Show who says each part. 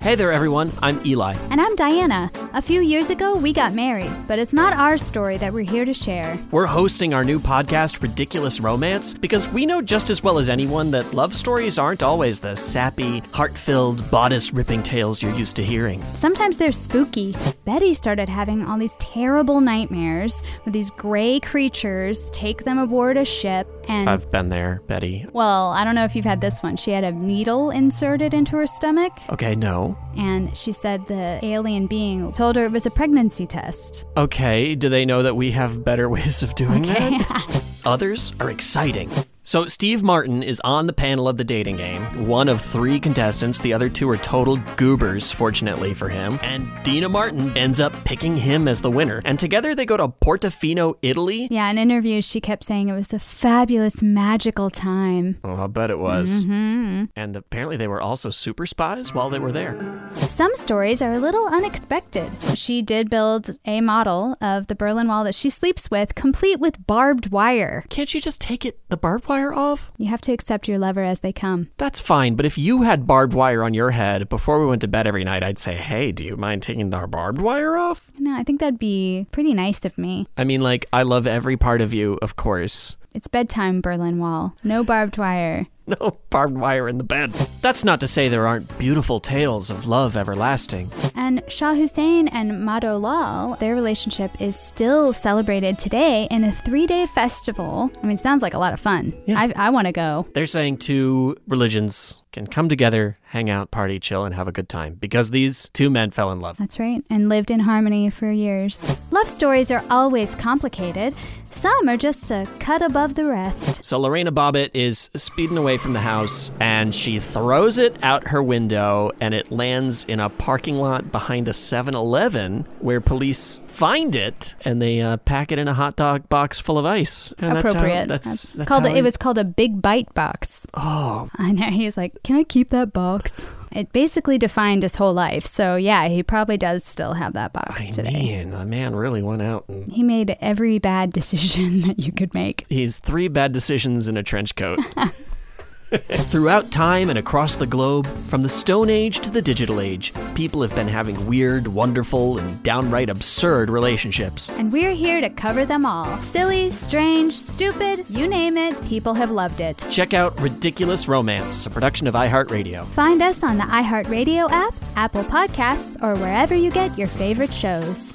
Speaker 1: Hey there, everyone. I'm Eli.
Speaker 2: And I'm Diana. A few years ago, we got married, but it's not our story that we're here to share.
Speaker 1: We're hosting our new podcast, Ridiculous Romance, because we know just as well as anyone that love stories aren't always the sappy, heart filled, bodice ripping tales you're used to hearing.
Speaker 2: Sometimes they're spooky. Betty started having all these terrible nightmares where these gray creatures take them aboard a ship and.
Speaker 1: I've been there, Betty.
Speaker 2: well, I don't know if you've had this one. She had a needle inserted into her stomach,
Speaker 1: Okay, no.
Speaker 2: and she said the alien being told her it was a pregnancy test.
Speaker 1: Okay, do they know that we have better ways of doing that? Others are exciting. So, Steve Martin is on the panel of the dating game, one of three contestants. The other two are total goobers, fortunately for him. And Dina Martin ends up picking him as the winner. And together they go to Portofino, Italy.
Speaker 2: Yeah, in interviews, she kept saying it was a fabulous, magical time.
Speaker 1: Oh, I bet it was. And apparently they were also super spies while they were there.
Speaker 2: Some stories are a little unexpected. She did build a model of the Berlin Wall that she sleeps with, complete with barbed wire.
Speaker 1: Can't you just take it the barbed wire off?
Speaker 2: You have to accept your lover as they come.
Speaker 1: That's fine, but if you had barbed wire on your head before we went to bed every night, I'd say, hey, do you mind taking our barbed wire off?
Speaker 2: No, I think that'd be pretty nice of me.
Speaker 1: I mean, like, I love every part of you, of course.
Speaker 2: It's bedtime, Berlin Wall. No barbed wire.
Speaker 1: No barbed wire in the bed. That's not to say there aren't beautiful tales of love everlasting.
Speaker 2: And Shah Hussein and Mado Lal, their relationship is still celebrated today in a three day festival. I mean, it sounds like a lot of fun. I, I want to go.
Speaker 1: They're saying two religions can come together, hang out, party, chill, and have a good time because these two men fell in love.
Speaker 2: That's right, and lived in harmony for years. Love stories are always complicated. Some are just a cut above the rest.
Speaker 1: So Lorena Bobbitt is speeding away from the house and she throws it out her window and it lands in a parking lot behind a 7 Eleven where police find it and they uh, pack it in a hot dog box full of ice. And that's how-
Speaker 2: Appropriate.
Speaker 1: That's,
Speaker 2: That's
Speaker 1: that's
Speaker 2: called
Speaker 1: how
Speaker 2: a, it was called a big bite box.
Speaker 1: Oh,
Speaker 2: I know he's like, "Can I keep that box?" It basically defined his whole life. So, yeah, he probably does still have that box
Speaker 1: I
Speaker 2: today.
Speaker 1: mean, the man really went out and
Speaker 2: He made every bad decision that you could make.
Speaker 1: he's three bad decisions in a trench coat. Throughout time and across the globe, from the Stone Age to the digital age, people have been having weird, wonderful, and downright absurd relationships.
Speaker 2: And we're here to cover them all. Silly, strange, stupid, you name it, people have loved it.
Speaker 1: Check out Ridiculous Romance, a production of iHeartRadio.
Speaker 2: Find us on the iHeartRadio app, Apple Podcasts, or wherever you get your favorite shows.